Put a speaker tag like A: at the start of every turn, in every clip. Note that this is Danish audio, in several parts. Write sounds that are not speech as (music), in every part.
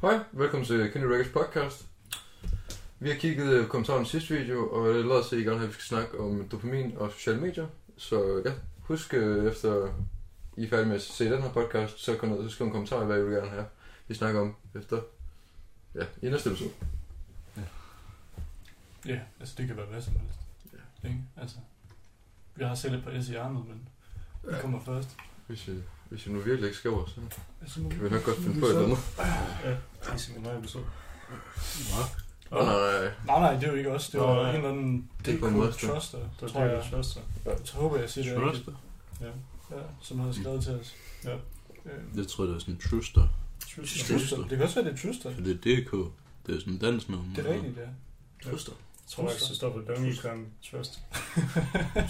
A: Hej, velkommen til Kenny Records podcast. Vi har kigget øh, kommentarerne sidste video, og øh, det lader sig, at I gerne vil have, at vi skal snakke om dopamin og sociale medier. Så ja, husk øh, efter I er færdige med at se den her podcast, så gå ned og skriv en kommentar, hvad I vil gerne have, vi snakker om efter. Ja, i næste episode.
B: Ja, yeah, altså det kan være hvad som helst. Ja. Ikke? Altså, vi har selv et par S i armet, men vi
A: Ja.
B: kommer først.
A: Hvis I, hvis I nu virkelig ikke skriver, så
B: Altså, nu
A: kan vi nok godt finde på et eller andet.
B: Det er simpelthen meget episode.
A: Åh, nej, nej.
B: Nej, nej, det er jo ikke os. Det
C: Nå,
B: var en
C: nej.
B: eller anden...
A: Det er på en
B: kunne
A: moster.
B: Truster, det
C: Det
B: tror
C: er det,
B: jeg.
C: jeg trust dig.
B: Jeg tror, håber, jeg siger det rigtigt.
D: Truster?
B: Ja, som
A: Mm.
B: havde skrevet til os.
C: Ja.
B: Øhm,
D: Jeg tror, det er sådan en truster.
B: Truster.
D: Truster.
B: Det kan også være, det er Truster.
D: For det er DK. Det er sådan en dansnavn.
B: Det
A: Mm.
B: er rigtigt, ja.
D: Truster.
C: Jeg tror faktisk, det står på Donkey Kong Trust.
B: det kan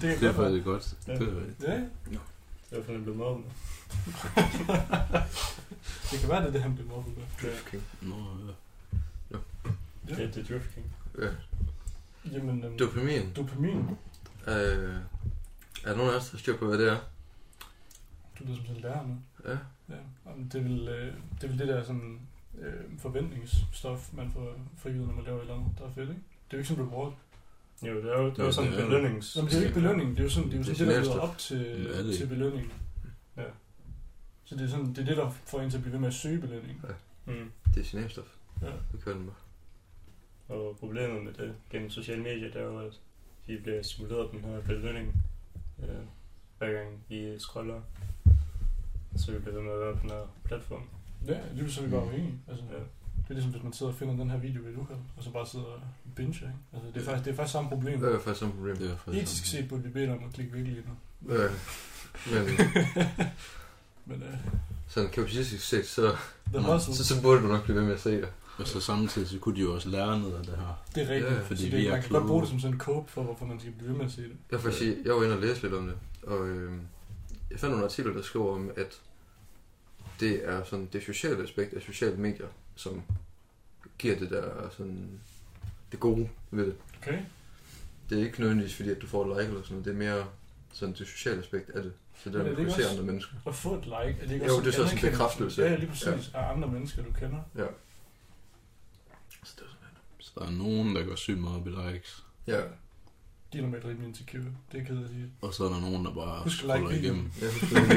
D: Det er
B: godt være.
D: faktisk godt.
C: Ja.
D: Det er rigtigt.
B: Ja,
C: Det er i hvert fald, den blev mobbet.
B: det kan være, det er det, han blev mobbet med.
C: Ja.
D: Nå, ja.
B: Ja.
C: Det, det er Drift King.
A: Ja.
B: Jamen, øhm,
A: Dopamin.
B: dopamin.
A: Øh, er der nogen af os, der har styr på, hvad det er?
B: Du lyder som sådan en lærer nu.
A: Ja.
B: Ja, jamen, det, vil, øh, det vil det der sådan, øh, forventningsstof, man får frigivet, når man laver et eller andet, der er fedt, ikke? Det er jo ikke sådan en reward.
C: Jo, det er jo, det er jo
D: Ja,
C: sådan en
D: det er-
C: belønnings...
B: Nå, men det er jo ikke belønning, det er jo sådan det, er jo sådan, det, der leder op til,
D: Ja, det er det.
B: til belønning.
C: Ja.
B: Så det er, sådan, det er det, der får en til at blive ved med at søge belønning.
C: Mm.
A: Det er signalstof.
B: Ja.
A: Vi kører den bare.
C: Og problemet med det gennem sociale medier, det er jo, at vi bliver simuleret den her belønning, øh, hver gang vi scroller. Så vi bliver ved med at være på den her platform.
B: Ja, lige så er vi bare afhængige. Altså,
C: Ja.
B: det er ligesom, hvis man sidder og finder den her video ved Lukas, og så bare sidder og binger, ikke? Altså, det er faktisk, det er faktisk samme problem.
A: Det er faktisk samme problem.
D: Det er faktisk
B: Etisk set burde vi bede dig om at klikke virkelig nu.
A: Øh, men
B: Men øh,
A: sådan kapitalistisk set, så,
B: the
D: Nå,
B: hustle,
A: så, så burde du nok blive ved med at se det.
D: Og så samtidig så kunne de jo også lære noget af det her.
B: det er rigtigt.
A: Ja,
B: Ja,
D: fordi
B: fordi det,
D: vi
B: man
D: er
B: kan godt
D: kloge.
B: bruge det som sådan en cope for, hvorfor man skal blive ved med at se det.
A: Jeg, får sige, jeg var inde og læse lidt om det, og øh, jeg fandt nogle artikler, der skriver om, at det er sådan det sociale aspekt af sociale medier, som giver det der sådan det gode ved det.
B: Okay?
A: Det er ikke nødvendigvis fordi, at du får et like eller sådan noget. Det er mere sådan det sociale aspekt af det. Så det er,
B: Men er
A: at
B: det
A: du kan
B: ikke
A: se
B: også-
A: andre mennesker.
B: At få et like, er det ikke
A: Jo,
B: også
A: det er så sådan en
B: anerkendelse?
A: bekræftelse.
B: Ja, lige præcis. Af andre mennesker, du kender.
A: Så det er sådan,
D: Så der er nogen, der går sygt meget op i likes.
A: ja,
B: De er normalt rimelig insecure. Det er kedeligt at sige.
D: Og så er der nogen, der bare
B: Husk at like
D: scroller
B: videoen.
D: igennem.
A: jeg husker det.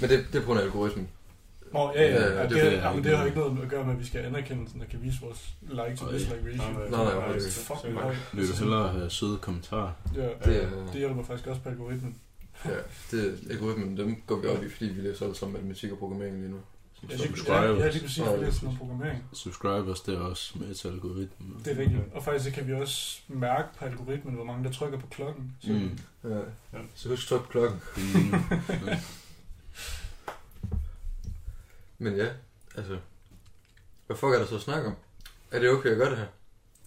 A: Men det, det er på grund af algoritmen.
B: (laughs) Nå, ja, ja,
A: Ja,
B: ja,
A: ja,
B: ja,
A: det
B: det,
D: ved jeg
B: det, ja, men
D: ikke.
B: det har ikke noget at gøre med, at vi skal have anerkendelsen og kan vise vores like to
D: Ej.
B: dislike ratio.
C: Nej,
A: nej,
B: Det er
A: nej,
B: faktisk
C: nej.
B: fucking
C: Nej.
B: højt.
D: Vil du hellere have søde kommentarer?
B: Ja,
A: Det er,
B: det hjælper faktisk også på algoritmen.
A: Ja, det er godt, men dem går vi op i, fordi vi læser alle sammen matematik og programmering lige nu. Som
B: Jeg
A: så-
B: lige,
D: subscribe.
B: ja, ja, lige præcis,
A: Ja,
B: for det
A: lige
B: er sådan noget programmering.
D: Subscribers, det er også med til algoritmen.
B: Det er rigtigt. Og faktisk så kan vi også mærke på algoritmen, hvor mange der trykker på klokken. Så
D: Mm.
A: Ja.
C: Ja.
A: Så husk at trykke på klokken.
D: Mm.
B: (laughs)
A: Men ja, altså... Hvad fuck er der så at snakke om? Er det okay at gøre det her?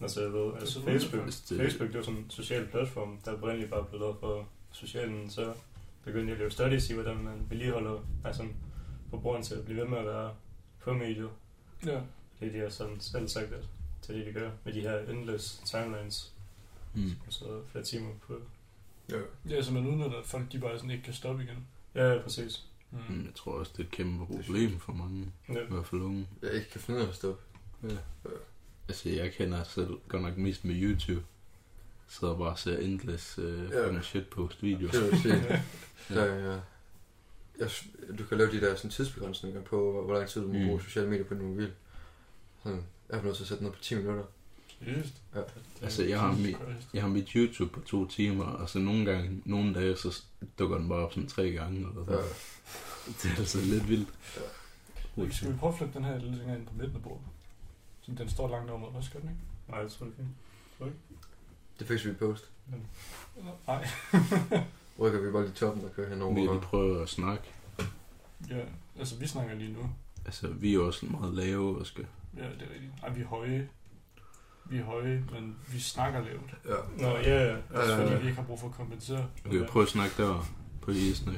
C: Altså, jeg ved, altså
B: Det er så
C: Facebook,
D: Hvis det,
C: Facebook, det var sådan en social platform, der oprindeligt bare blev lavet for sociale, men så begyndte jeg at lave studies i, hvordan man vedligeholder altså, forbrugeren til at blive ved med at være på mediet.
B: ja,
C: Det er de har sådan selv sagt, at det er det, de gør med de her endless timelines,
D: mm.
C: og så flere timer på.
A: Ja.
B: ja så man udnytter, at folk de bare sådan ikke kan stoppe igen.
C: Ja, ja, præcis.
D: Mm, jeg tror også, det er et kæmpe problem for mange.
C: Ja.
D: I hvert fald unge.
A: Jeg ikke kan finde ud af at stoppe.
D: Altså, jeg kender selv godt nok mest med YouTube. Så jeg bare og ser endless øh,
A: Ja.
D: yeah. shitpost videoer.
A: Det vil jeg sige.
D: (laughs) Ja.
A: Der, ja. Jeg, s- du kan lave de der sådan, tidsbegrænsninger på, hvor lang tid du må
D: Mm.
A: bruge sociale medier på din mobil. Sådan, jeg er nødt til at sætte noget på 10 minutter.
B: Just.
A: Ja.
D: Altså, jeg har mit- Jeg har mit YouTube på to timer, og så nogle gange, nogle dage, så dukker den bare op sådan tre gange. Eller
A: Ja.
D: sådan. Det er altså lidt vildt.
A: Ja.
D: Holy shit.
B: Skal vi prøve at flytte den her lidt længere ind på midten af bordet? Så den står langt over mod os, gør den ikke?
C: Nej, det tror jeg ikke.
A: Det fik vi i post.
B: Eller- Nej.
A: Rykker vi bare lige toppen og kører henover.
D: Vi vi prøver at snakke.
B: ja, altså vi snakker lige nu.
D: Altså, vi er også meget lave og skal...
B: Ja, det er rigtigt. Ej, vi er høje. Vi er høje, men vi snakker lavt.
A: Ja.
C: Nå, ja, ja.
B: Altså,
A: Øh.
B: fordi vi ikke har brug for at kompensere.
D: Okay, prøv at snakke der på lige snak.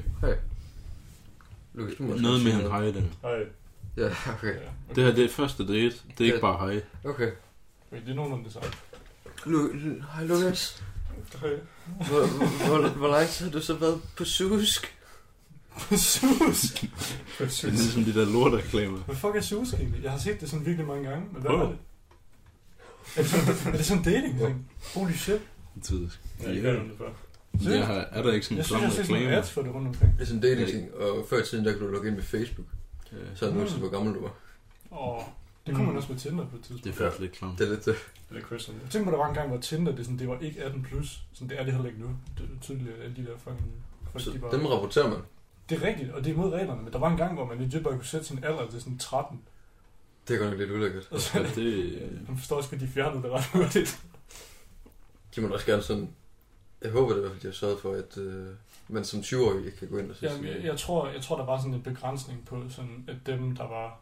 A: Lukas, du må også
D: Noget
A: godt
D: med
A: sige
D: en hej, den.
C: Ej,
A: Ja, (laughs) okay.
B: Ja, okay.
D: Det her, det er første date. Det er ikke bare hej.
A: Okay.
B: Wait, det er nogenlunde det samme.
A: Lu- Lu- Hej Lukas. Hvor, hvor, hvor lang tid har du så været på susk?
B: (laughs) Susk!
D: Det er ligesom de der lortreklamer.
B: Hvad fuck er susk egentlig? Jeg har set det sådan virkelig mange gange, men hvad
D: Prøv.
B: var det? Er det sådan, er det sådan en dating ting? Holy shit.
D: Tidsk.
C: Jeg har ikke hørt om det før.
D: Jeg har, er der ikke sådan
B: Jeg
D: en
B: synes, jeg
D: samme
B: har set sådan nogle
D: reklame?
B: ads for det rundt omkring.
A: Det er sådan en dating ting, og før i tiden, der kunne du logge ind med Facebook.
D: Ja,
A: Så er det
B: Mm.
A: mm. hvor gammel du var.
B: Åh, det kunne man
C: Mm.
B: også med Tinder på et tidspunkt.
D: det er faktisk lidt klamt.
A: Det er lidt øh, det.
C: Det er Christian.
B: Jeg tænkte på, der var en gang, hvor Tinder, det, er sådan, det var ikke 18+, plus. Sådan, det er det heller ikke nu. Det er tydeligt, at alle de der fucking... Folk,
A: Så
B: de bare...
A: dem rapporterer man.
B: Det er rigtigt, og det er imod reglerne, men der var en gang, hvor man legit bare kunne sætte sin alder til sådan 13.
A: Det er godt nok lidt ulækkert.
B: Og så,
D: Ja, Altså, det, øh,
B: man forstår også, at de fjernede det ret hurtigt.
A: De må da også gerne sådan... Jeg håber det i hvert fald, de har sørget for, at øh, man som 20-årig ikke kan gå ind og sige
B: Jamen,
A: sådan-
B: jeg, jeg, tror, jeg tror, der var sådan en begrænsning på, sådan, at dem, der var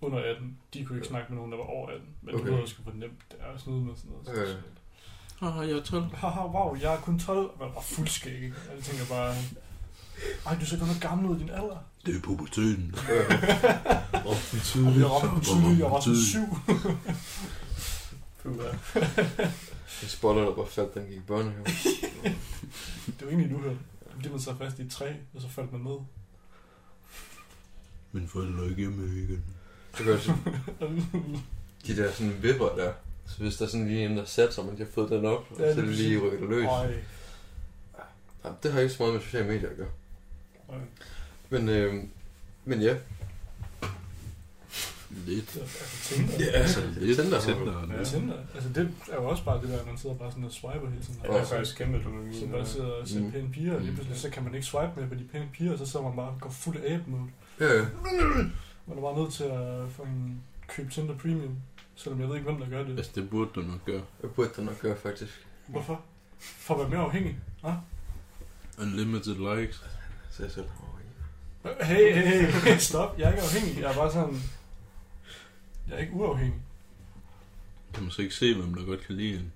B: under 18, de kunne ikke snakke med nogen, der var over 18. Men okay.
A: Okay.
B: det var også for nemt. Det er sådan noget med sådan noget. Så
A: Okay.
B: sådan lidt,
D: Haha, jeg er 12.
B: Haha, wow, jeg er kun 12. Og man var fuldskæg, ikke? Og jeg tænker bare, ej, du ser godt nok gammel ud i din alder.
D: Det er puberteten.
A: Øh,
D: Råbte
B: Og
D: tidligt.
B: (laughs) jeg var på tidlig, jeg var sådan syv.
C: Puh, ja.
A: en spotter, der bare faldt, den gik i børnehave.
B: Det var egentlig et uheld. Fordi man sad fast i et træ, og så faldt man ned.
D: Min forældre er ikke hjemme igen.
A: Det gør sådan, de der sådan vipper der. Så hvis der er sådan lige en, der sat sig, man de har fået den op,
B: Ja,
A: ja, så
B: lige
A: lige
B: præcis.
A: rykker det løs.
B: Ej,
A: Jamen, det har ikke så meget med sociale medier at gøre. Men, øh, men ja,
D: Lidt.
B: det var faktisk Tinder.
A: Ja, altså,
D: lidt.
A: Tinder.
B: altså, Ja.
D: Tinder.
B: Tinder. Altså, det er jo også bare det der, at man sidder bare sådan og swiper hele tiden.
C: Ja, det er
A: Og-
C: faktisk kæmpe dopamin.
B: Så bare sidder og ser
A: Mm.
B: pæne piger, og lige
D: Mm.
B: pludselig så kan man ikke swipe mere på de pæne piger, og så sidder man bare og går fuld af abe mode.
A: ja, ja.
B: Man er bare nødt til at fucking købe Tinder Premium, selvom jeg ved ikke, hvem der gør det.
D: Altså, det burde du nok gøre.
A: jeg burde det nok gøre faktisk.
B: Hvorfor? For at være mere afhængig? Ah?
D: Unlimited likes.
A: Så jeg selv,
B: Hey, hey, hey, stop. Jeg er ikke afhængig. Jeg er bare sådan... Jeg er ikke uafhængig.
D: Kan man så ikke se, hvem der godt kan lide en?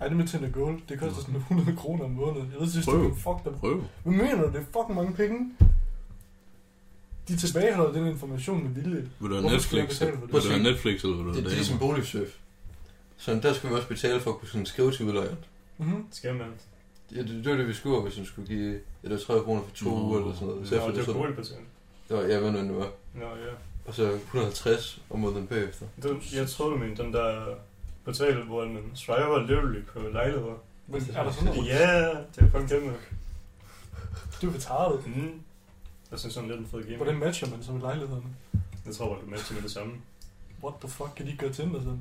B: Ej, det med Tinder Gold, det koster sådan 100 kroner om måneden. Jeg ved, synes, det
D: Prøv.
B: er fuck dem.
D: Prøv.
B: Hvad mener du? Det er fucking mange penge. De tilbageholder den information med vilje.
D: Vil du have
B: Hvorfor skal jeg
D: Netflix?
B: betale for det?
D: Vil du have Netflix, eller vil du
A: det,
D: have
A: det er ligesom boligsurf. Så der skulle vi også betale for at kunne sådan skrive til udlejeren.
B: Mhm.
C: Skal man?
A: Ja, det, det, var det, vi skulle, hvis hun skulle give ja, det var 30 kroner for to
D: Nå.
A: uger eller sådan noget. Så
C: Nå,
A: efter
C: det
A: det,
C: er
A: så,
C: boligpatent.
A: det var, ja, hvad nu end det var.
C: Nå, ja.
A: Og så 150 om måneden bagefter.
C: Den, jeg tror, du mener den der portal, hvor man swiper løbelig på lejligheder.
B: Men er der sådan noget?
C: Ja, det er fucking kæmpe.
B: Du er betardet.
C: Mm. Jeg synes sådan lidt en fed game.
B: Hvordan matcher man så med lejlighederne?
C: Jeg tror bare, du matcher med det samme.
B: What the fuck kan de gøre Tinder
D: (laughs)
B: sådan?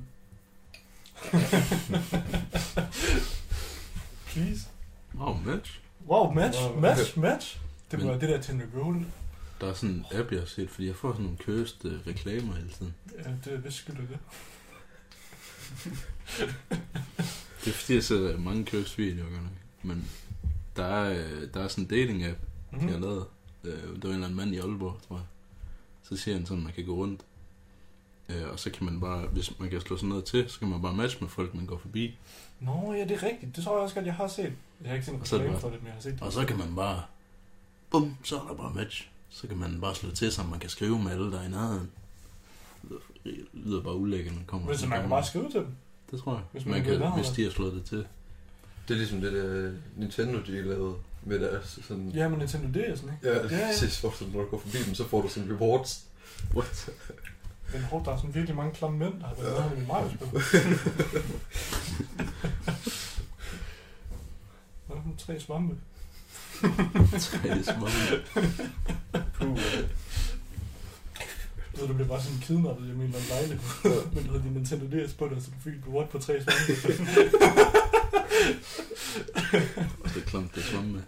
B: Please.
D: Wow, match.
B: Wow, match,
C: Wow.
B: match, match. Det må
D: Men-
B: være det der Tinder Gold.
D: Der er sådan en app, jeg har set, fordi jeg får sådan nogle køste reklamer hele tiden.
B: Ja, det er vist skyld af det.
D: Det er fordi, jeg ser mange køste videoer, godt nok. Men der er, øh, der er sådan en dating-app,
B: Mhm.
D: mm. jeg har lavet. Øh, det var en eller anden mand i Aalborg, tror jeg. Så siger han sådan, at man kan gå rundt. Øh, og så kan man bare, hvis man kan slå sådan noget til, så kan man bare matche med folk, man går forbi.
B: Nå, ja, det er rigtigt. Det tror jeg også godt, jeg har set. Jeg har ikke set en
D: Og så er det bare-
B: reklame for det, men jeg har set det.
D: Og så kan man bare, bum, så er der bare match. Så kan man bare slå til sammen, man kan skrive med alle, der er i nærheden. Det lyder- lyder bare ulækkert, når man kommer.
B: Men så man kan bare skrive til dem.
D: Det tror jeg.
B: Hvis
D: Hvis,
B: man
D: man
B: er nærheden.
D: kan, hvis de har slået det til.
A: Det er ligesom det der Nintendo, de lavede med deres sådan...
B: Ja, men Nintendo DS, ikke?
A: Ja,
B: ja.
A: ja. Sidst, ofte, når du går forbi dem, så får du sådan rewards. What?
B: Men hov, der er sådan virkelig mange klamme mænd, der har været med i Mario spil. Hvad er det for tre svampe?
D: Tre små.
C: Puh,
B: Jeg ved, du blev bare sådan kidnappet hjemme i en eller anden lejlighed. (laughs) Men du havde din Nintendo DS på dig, så du fik et reward på tre svampe.
D: Og det er klamt, det er samme med.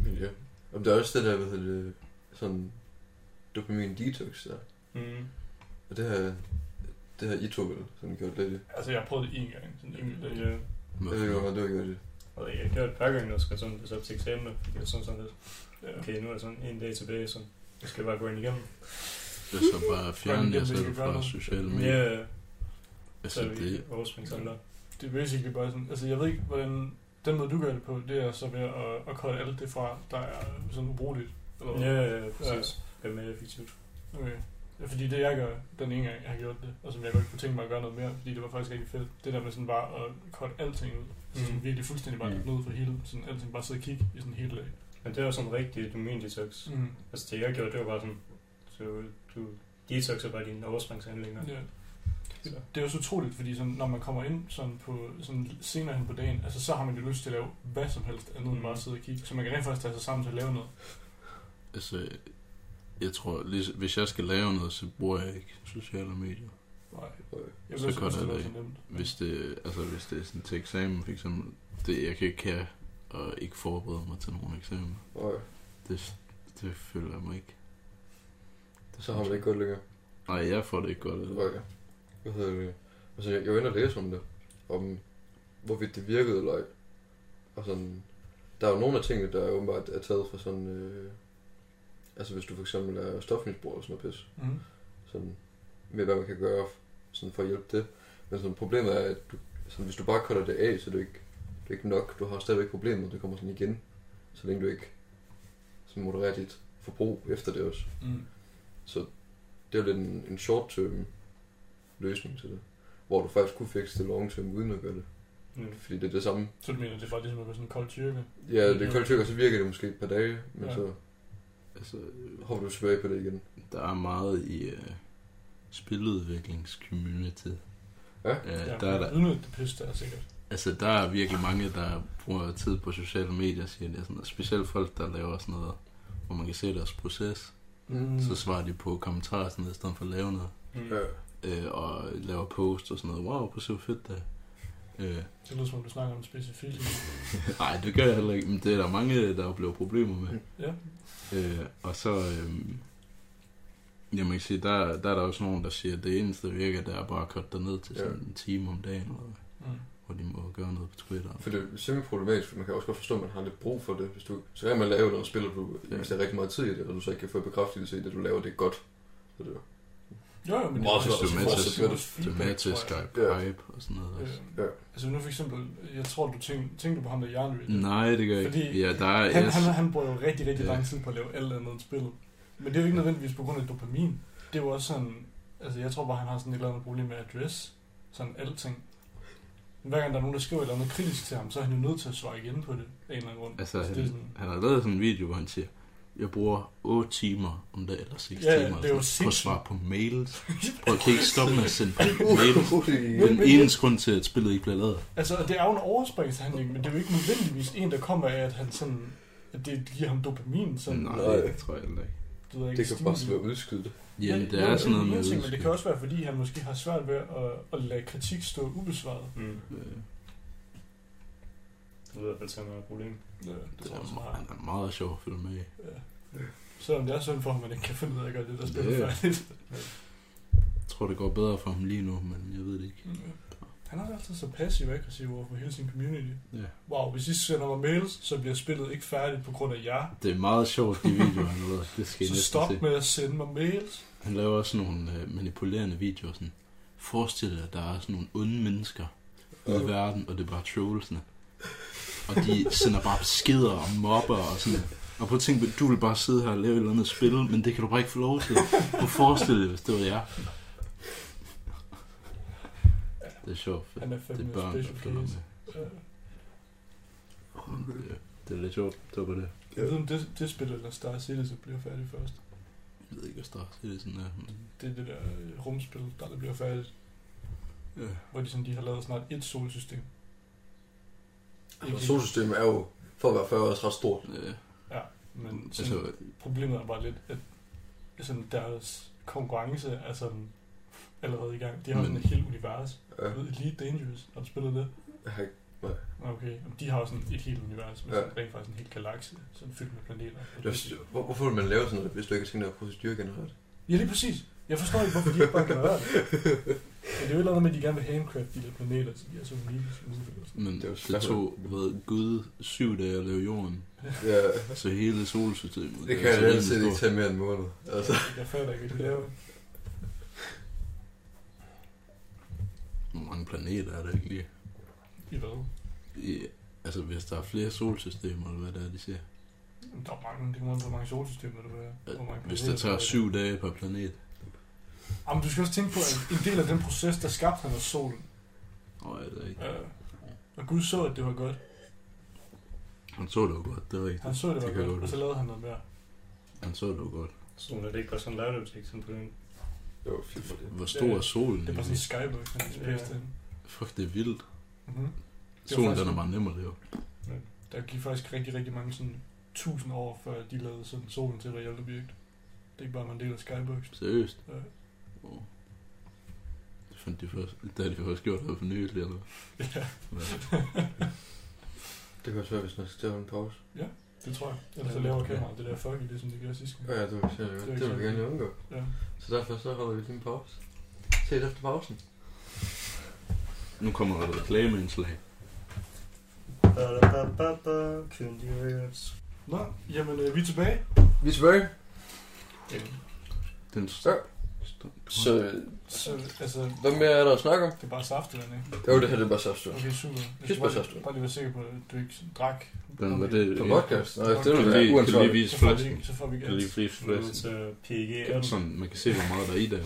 A: Men ja. Og der er også det der, hvad hedder det, sådan dopamin detox der.
C: mm.
A: Og det her, det her I to vel, sådan gjort lidt. i.
B: altså, jeg prøvede det én gang. Sådan en enkelt dag.
C: Ja.
A: Jeg ved ikke, om du har gjort det.
C: Og jeg har gjort et par gange, når jeg skal sådan, det så til eksamener, fordi jeg sådan sådan lidt,
B: Ja.
C: okay, nu er der sådan en dag tilbage, så jeg skal bare gå ind igennem.
D: Det er så bare at fjerne jer
B: Jamen, det er
D: selv fra
B: godt.
D: sociale
C: Men
D: medier.
C: ja, så
D: Altså,
C: er vi
D: Mm. det,
C: overspringet sådan der.
B: Det er basically bare sådan, altså jeg ved ikke, hvordan, den måde du gør det på, det er så ved at, at kolde alt det fra, der er sådan ubrugeligt. Eller,
C: Ja, ja, præcis. Det er mere effektivt.
B: Okay. Ja, fordi det jeg gør den ene gang, jeg har gjort det, og som jeg godt kunne tænke mig at gøre noget mere, fordi det var faktisk rigtig fedt, det der med sådan bare at korte alting ud. Så sådan
C: Mm.
B: virkelig fuldstændig bare
D: Mm.
B: mm. ned for hele, sådan alting bare sidde og kigge i sådan hele dag.
C: Men det var sådan rigtig domain detox.
B: Mm.
C: Altså det jeg gjorde, det var bare sådan, så du detoxer bare dine overspringshandlinger.
B: Ja.
C: Så.
B: Det er jo så utroligt, fordi sådan, når man kommer ind sådan på, sådan senere hen på dagen, altså så har man jo lyst til at lave hvad som helst andet mm. end
C: Mm.
B: bare at sidde og kigge. Så man kan rent faktisk tage sig sammen til at lave noget.
D: Altså, jeg tror, lige- hvis jeg skal lave noget, så bruger jeg ikke sociale medier.
B: Nej,
A: Øh,
B: jeg
D: Så
B: vil også
D: godt
B: synes,
D: er
B: det var
D: det
B: så nemt.
D: Hvis det, altså, hvis det er sådan til eksamen, for eksempel, det, jeg kan ikke have og ikke forberede mig til nogle eksamener.
A: Og
D: Det, det føler jeg mig ikke. Det
A: så har man det ikke godt længere.
D: Nej, jeg får det ikke godt. af det.
A: Okay. Hvad hedder det? Altså, jeg, jeg var inde og læse om det. Om hvorvidt det virkede eller ej. Og sådan... Der er jo nogle af tingene, der åbenbart er taget fra sådan... Øh, altså, hvis du for eksempel er stofmisbruger og sådan noget pis.
B: Mm.
A: Sådan, med hvad man kan gøre sådan for at hjælpe det. Men sådan, problemet er, at du, sådan, hvis du bare cutter det af, så er det ikke, det er ikke nok. Du har stadigvæk problemet, det kommer sådan igen. Så længe du ikke sådan modererer dit forbrug efter det også.
B: Mm.
A: Så det er jo lidt en, en short-term løsning til det. Hvor du faktisk kunne fikse det long-term uden at gøre det.
C: Mm.
A: Fordi det er det samme.
B: Så du mener, det er bare ligesom at gå sådan en kold tyrke?
A: Ja,
D: Mm.
A: det er koldt tyrk, og så virker det måske et par dage, men
B: Ja.
A: ja. så
D: Altså, øh,
A: hopper du tilbage på det igen.
D: der er meget i uh, spiludviklingscommunity.
A: Ja.
D: Uh, der er der,
B: Uden det pisse, der er sikkert.
D: altså, der er virkelig mange, der bruger tid på sociale medier, siger det. Sådan, og specielt folk, der laver sådan noget, hvor man kan se deres proces.
A: Mm.
D: Mm. Så svarer de på kommentarer sådan noget, i stedet for at lave noget.
C: Mm.
A: Ja.
D: Øh, og laver post og sådan noget. Wow, på så fedt det. Øh, (laughs)
B: Det lyder som om, du snakker om en specifik.
D: nej, det gør jeg heller ikke, men det er der mange, der oplever problemer med.
B: ja.
D: Øh, og så, øh, ja, man kan sige, der, der er der også nogen, der siger, at det eneste, der virker, det er bare at cutte dig ned til sådan
A: Ja.
D: en time om dagen, eller,
B: Mm.
D: hvor de må gøre noget på Twitter.
A: For det er simpelthen problematisk, for man kan også godt forstå, at man har lidt brug for det. Hvis du, så kan man lave noget spil, og du
D: Ja.
A: investerer rigtig meget tid i det, og du så ikke kan få bekræftelse i det, du laver, det er godt. Så det er jo-
B: Jo, jo, men
A: Meget
B: også
A: svært at
B: også
A: forestille
B: fortsætte
A: sig.
B: med vores
D: Det er
B: feedback,
D: med til
B: tror jeg.
D: Skype
A: Ja.
D: Hype og sådan noget. Også.
B: Øhm,
A: Ja.
B: Altså nu for eksempel, jeg tror, du tænkte, tænkte du på ham, der Jarn
D: Nej, det gør jeg
B: Fordi
D: ikke. Ja, der er,
B: Han,
D: jeg,
B: han, han bruger jo rigtig, rigtig
D: Ja.
B: lang tid på at lave alt andet end spillet. Men det er jo ikke nødvendigvis på grund af dopamin. Det er jo også sådan, altså jeg tror bare, han har sådan et eller andet problem med adress. Sådan alting. Men Hver gang der er nogen, der skriver et eller andet kritisk til ham, så er han jo nødt til at svare igen på det af en eller anden grund.
D: altså,
B: Så det er
D: han,
B: sådan,
D: han har lavet sådan en video, hvor han siger, jeg bruger 8 timer om dagen, eller 6
B: Ja, ja,
D: timer,
B: det
D: eller
B: er jo
D: sådan, på at
B: sindssygt.
D: svare på mails. Prøv at kan I ikke stoppe med at sende på (laughs) mails.
A: Uhuhuhi.
D: Den eneste grund til, at spillet ikke bliver lavet.
B: (laughs) altså det er jo en overspringshandling, men det er jo ikke nødvendigvis en, der kommer af, at han sådan, at det giver ham dopamin. Sådan,
D: Nej,
A: Nej.
D: det tror jeg heller ikke.
B: du ved, ikke,
A: det kan
B: stimuli.
A: bare være udskydet.
D: Jamen,
B: Men-
D: det er sådan noget
B: en
D: med...
B: ting, men det
D: udskyld.
B: kan også være, fordi han måske har svært ved at, at lade kritik stå ubesvaret.
C: Mm.
D: Øh,
C: Det lyder i hvert fald til, at man har et problem.
B: Ja, det,
D: Det
B: tror jeg,
D: er,
B: også, han
D: meget,
B: har.
D: han er meget sjov at følge med i.
B: Ja. Selvom det er sådan for, at man ikke kan finde ud af at gøre det, der spiller
D: Ja.
B: yeah. færdigt.
D: Jeg tror, det går bedre for ham lige nu, men jeg ved det ikke.
B: Han er altid så passiv og aggressiv over for hele sin community.
D: Ja.
B: Wow, hvis I sender mig mails, så bliver spillet ikke færdigt på grund af jer.
D: Det er meget sjovt, de videoer, han laver. Det skal I
B: Så
D: næsten
B: stop
D: se.
B: med at sende mig mails.
D: Han laver også nogle øh, manipulerende videoer. Sådan. Forestil dig, at der er sådan nogle onde mennesker i verden, og det er bare trollsene. Og de sender bare beskeder og mobber og sådan Og prøv at tænke, du vil bare sidde her og lave et eller andet spil, men det kan du bare ikke få lov til. Prøv at forestille dig, hvis det var jeg. Det er sjovt, for
B: Han er
D: det
B: fandme
D: er
B: en
D: børn, der
B: special
D: følger med.
B: case. Ja.
D: Ja, det er lidt sjovt. Det var bare det.
B: Jeg ved, om det, det spil eller Star Citizen bliver færdigt først.
D: Jeg ved ikke, hvad Star Citizen er. Men...
B: Det er det der øh, rumspil, der aldrig bliver færdigt.
D: Ja.
B: Hvor de, sådan, de har lavet snart et solsystem.
A: Og solsystemet er jo, for at være 40 år, også ret stort.
D: Øh,
B: Men sådan,
D: altså,
B: problemet er bare lidt, at sådan deres konkurrence er sådan allerede i gang. De har
D: Men-
B: sådan et helt univers.
A: Ja.
B: Du ved, Elite Dangerous, har du spillet det?
A: Jeg har ikke-
B: Okay, Jamen, de har jo sådan et helt univers, med
A: Ja.
B: sådan rent faktisk en hel galakse, sådan fyldt med planeter.
A: det er også- hvor- Hvorfor vil man lave sådan noget, hvis du ikke har tænkt dig at procedure generelt?
B: Ja, lige præcis. Jeg forstår ikke, hvorfor de ikke bare kan gøre det. Men det er jo et eller andet med, at de gerne vil handcraft de der planeter, så de er så unikke. som muligt og sådan.
D: men
A: det er jo
D: det,
A: svært.
D: tog ved Gud syv dage at lave jorden,
A: Ja,
D: så hele solsystemet.
A: det
D: er
A: kan
D: altså
A: jeg
D: rimelig
A: altid ikke
D: stort.
A: tage mere end en måned. Altså. (laughs)
B: Jeg fatter ikke, hvad de laver.
D: Hvor mange planeter er der ikke lige?
B: I hvad?
D: I, altså, hvis der er flere solsystemer, eller hvad det er, de siger.
B: Jamen, Der er mange, det kommer an på, hvor mange solsystemer du vil have. Hvor mange
D: Øh, Hvis
B: planeter,
D: det
B: du
D: tager
B: vil have.
D: syv dage per planet,
B: Jamen, du skal også tænke på, at en del af den proces, der skabte han, var solen.
D: Åh, jeg ved ikke.
B: Øh, og Gud så, at det var godt.
D: Han så det jo godt, det er rigtigt.
B: Han så, at det
D: Det
B: var
D: kan jeg
B: godt,
D: godt
B: og så lavede han noget mere.
D: Han så det jo godt.
C: Så er det ikke bare sådan lavløbsigt, som på den.
A: Det var fint for det.
D: Hvor stor er
B: Det-
D: solen?
B: Det var sådan en
D: egentlig?
B: skybox, han
C: Ja.
B: spiste den.
D: Fuck, det er vildt.
B: Mm-hmm.
D: Solen,
B: faktisk-
D: den er bare nem at leve.
B: Der gik faktisk rigtig, rigtig mange sådan tusind år, før de lavede sådan solen til et reelt objekt. Det er ikke bare, at man deler skybox.
D: Seriøst?
B: Ja.
D: Åh. Det fandt de først, det har de først gjort her for nylig, eller hvad?
B: Ja,
A: Det kan også være, hvis man skal til at holde en pause.
B: det tror jeg. Ellers så laver kameraet det der fuck i det, som de gør sidste gang.
A: Ja, det var sjældent.
B: Det er
A: Det vil vi
B: ikke
A: gerne undgå.
B: Ja.
A: Så derfor så holder vi lige en pause. Ses efter pausen.
D: Nu kommer der et reklameindslag.
C: Ba-da-ba-ba-ba, Kyndige Records.
B: Nå, jamen øh, vi er tilbage.
A: Vi er tilbage.
D: Den
A: Så, så
B: Så, altså,
A: hvad mere er der at snakke om?
B: det er bare saftevand, ikke?
A: Jo, det her det er bare saftstød.
B: Okay, super.
A: Kys
B: Jeg skal
A: på
B: bare,
A: saftevand.
B: lige- bare lige være sikker på, at du ikke sådan drak.
D: Den var det...
A: På podcast? Nej, det
B: Kan
A: vil
D: Kan du
A: være
D: lige, kan du lige
A: uansvarligt.
D: vise
B: Så får vi
D: flasken?
B: ikke, så får vi ikke
D: Kan du lige
B: alt.
D: vise
C: Nu er det
D: flasken?
C: til PEG.
D: Sådan, man kan se, hvor meget der er i der.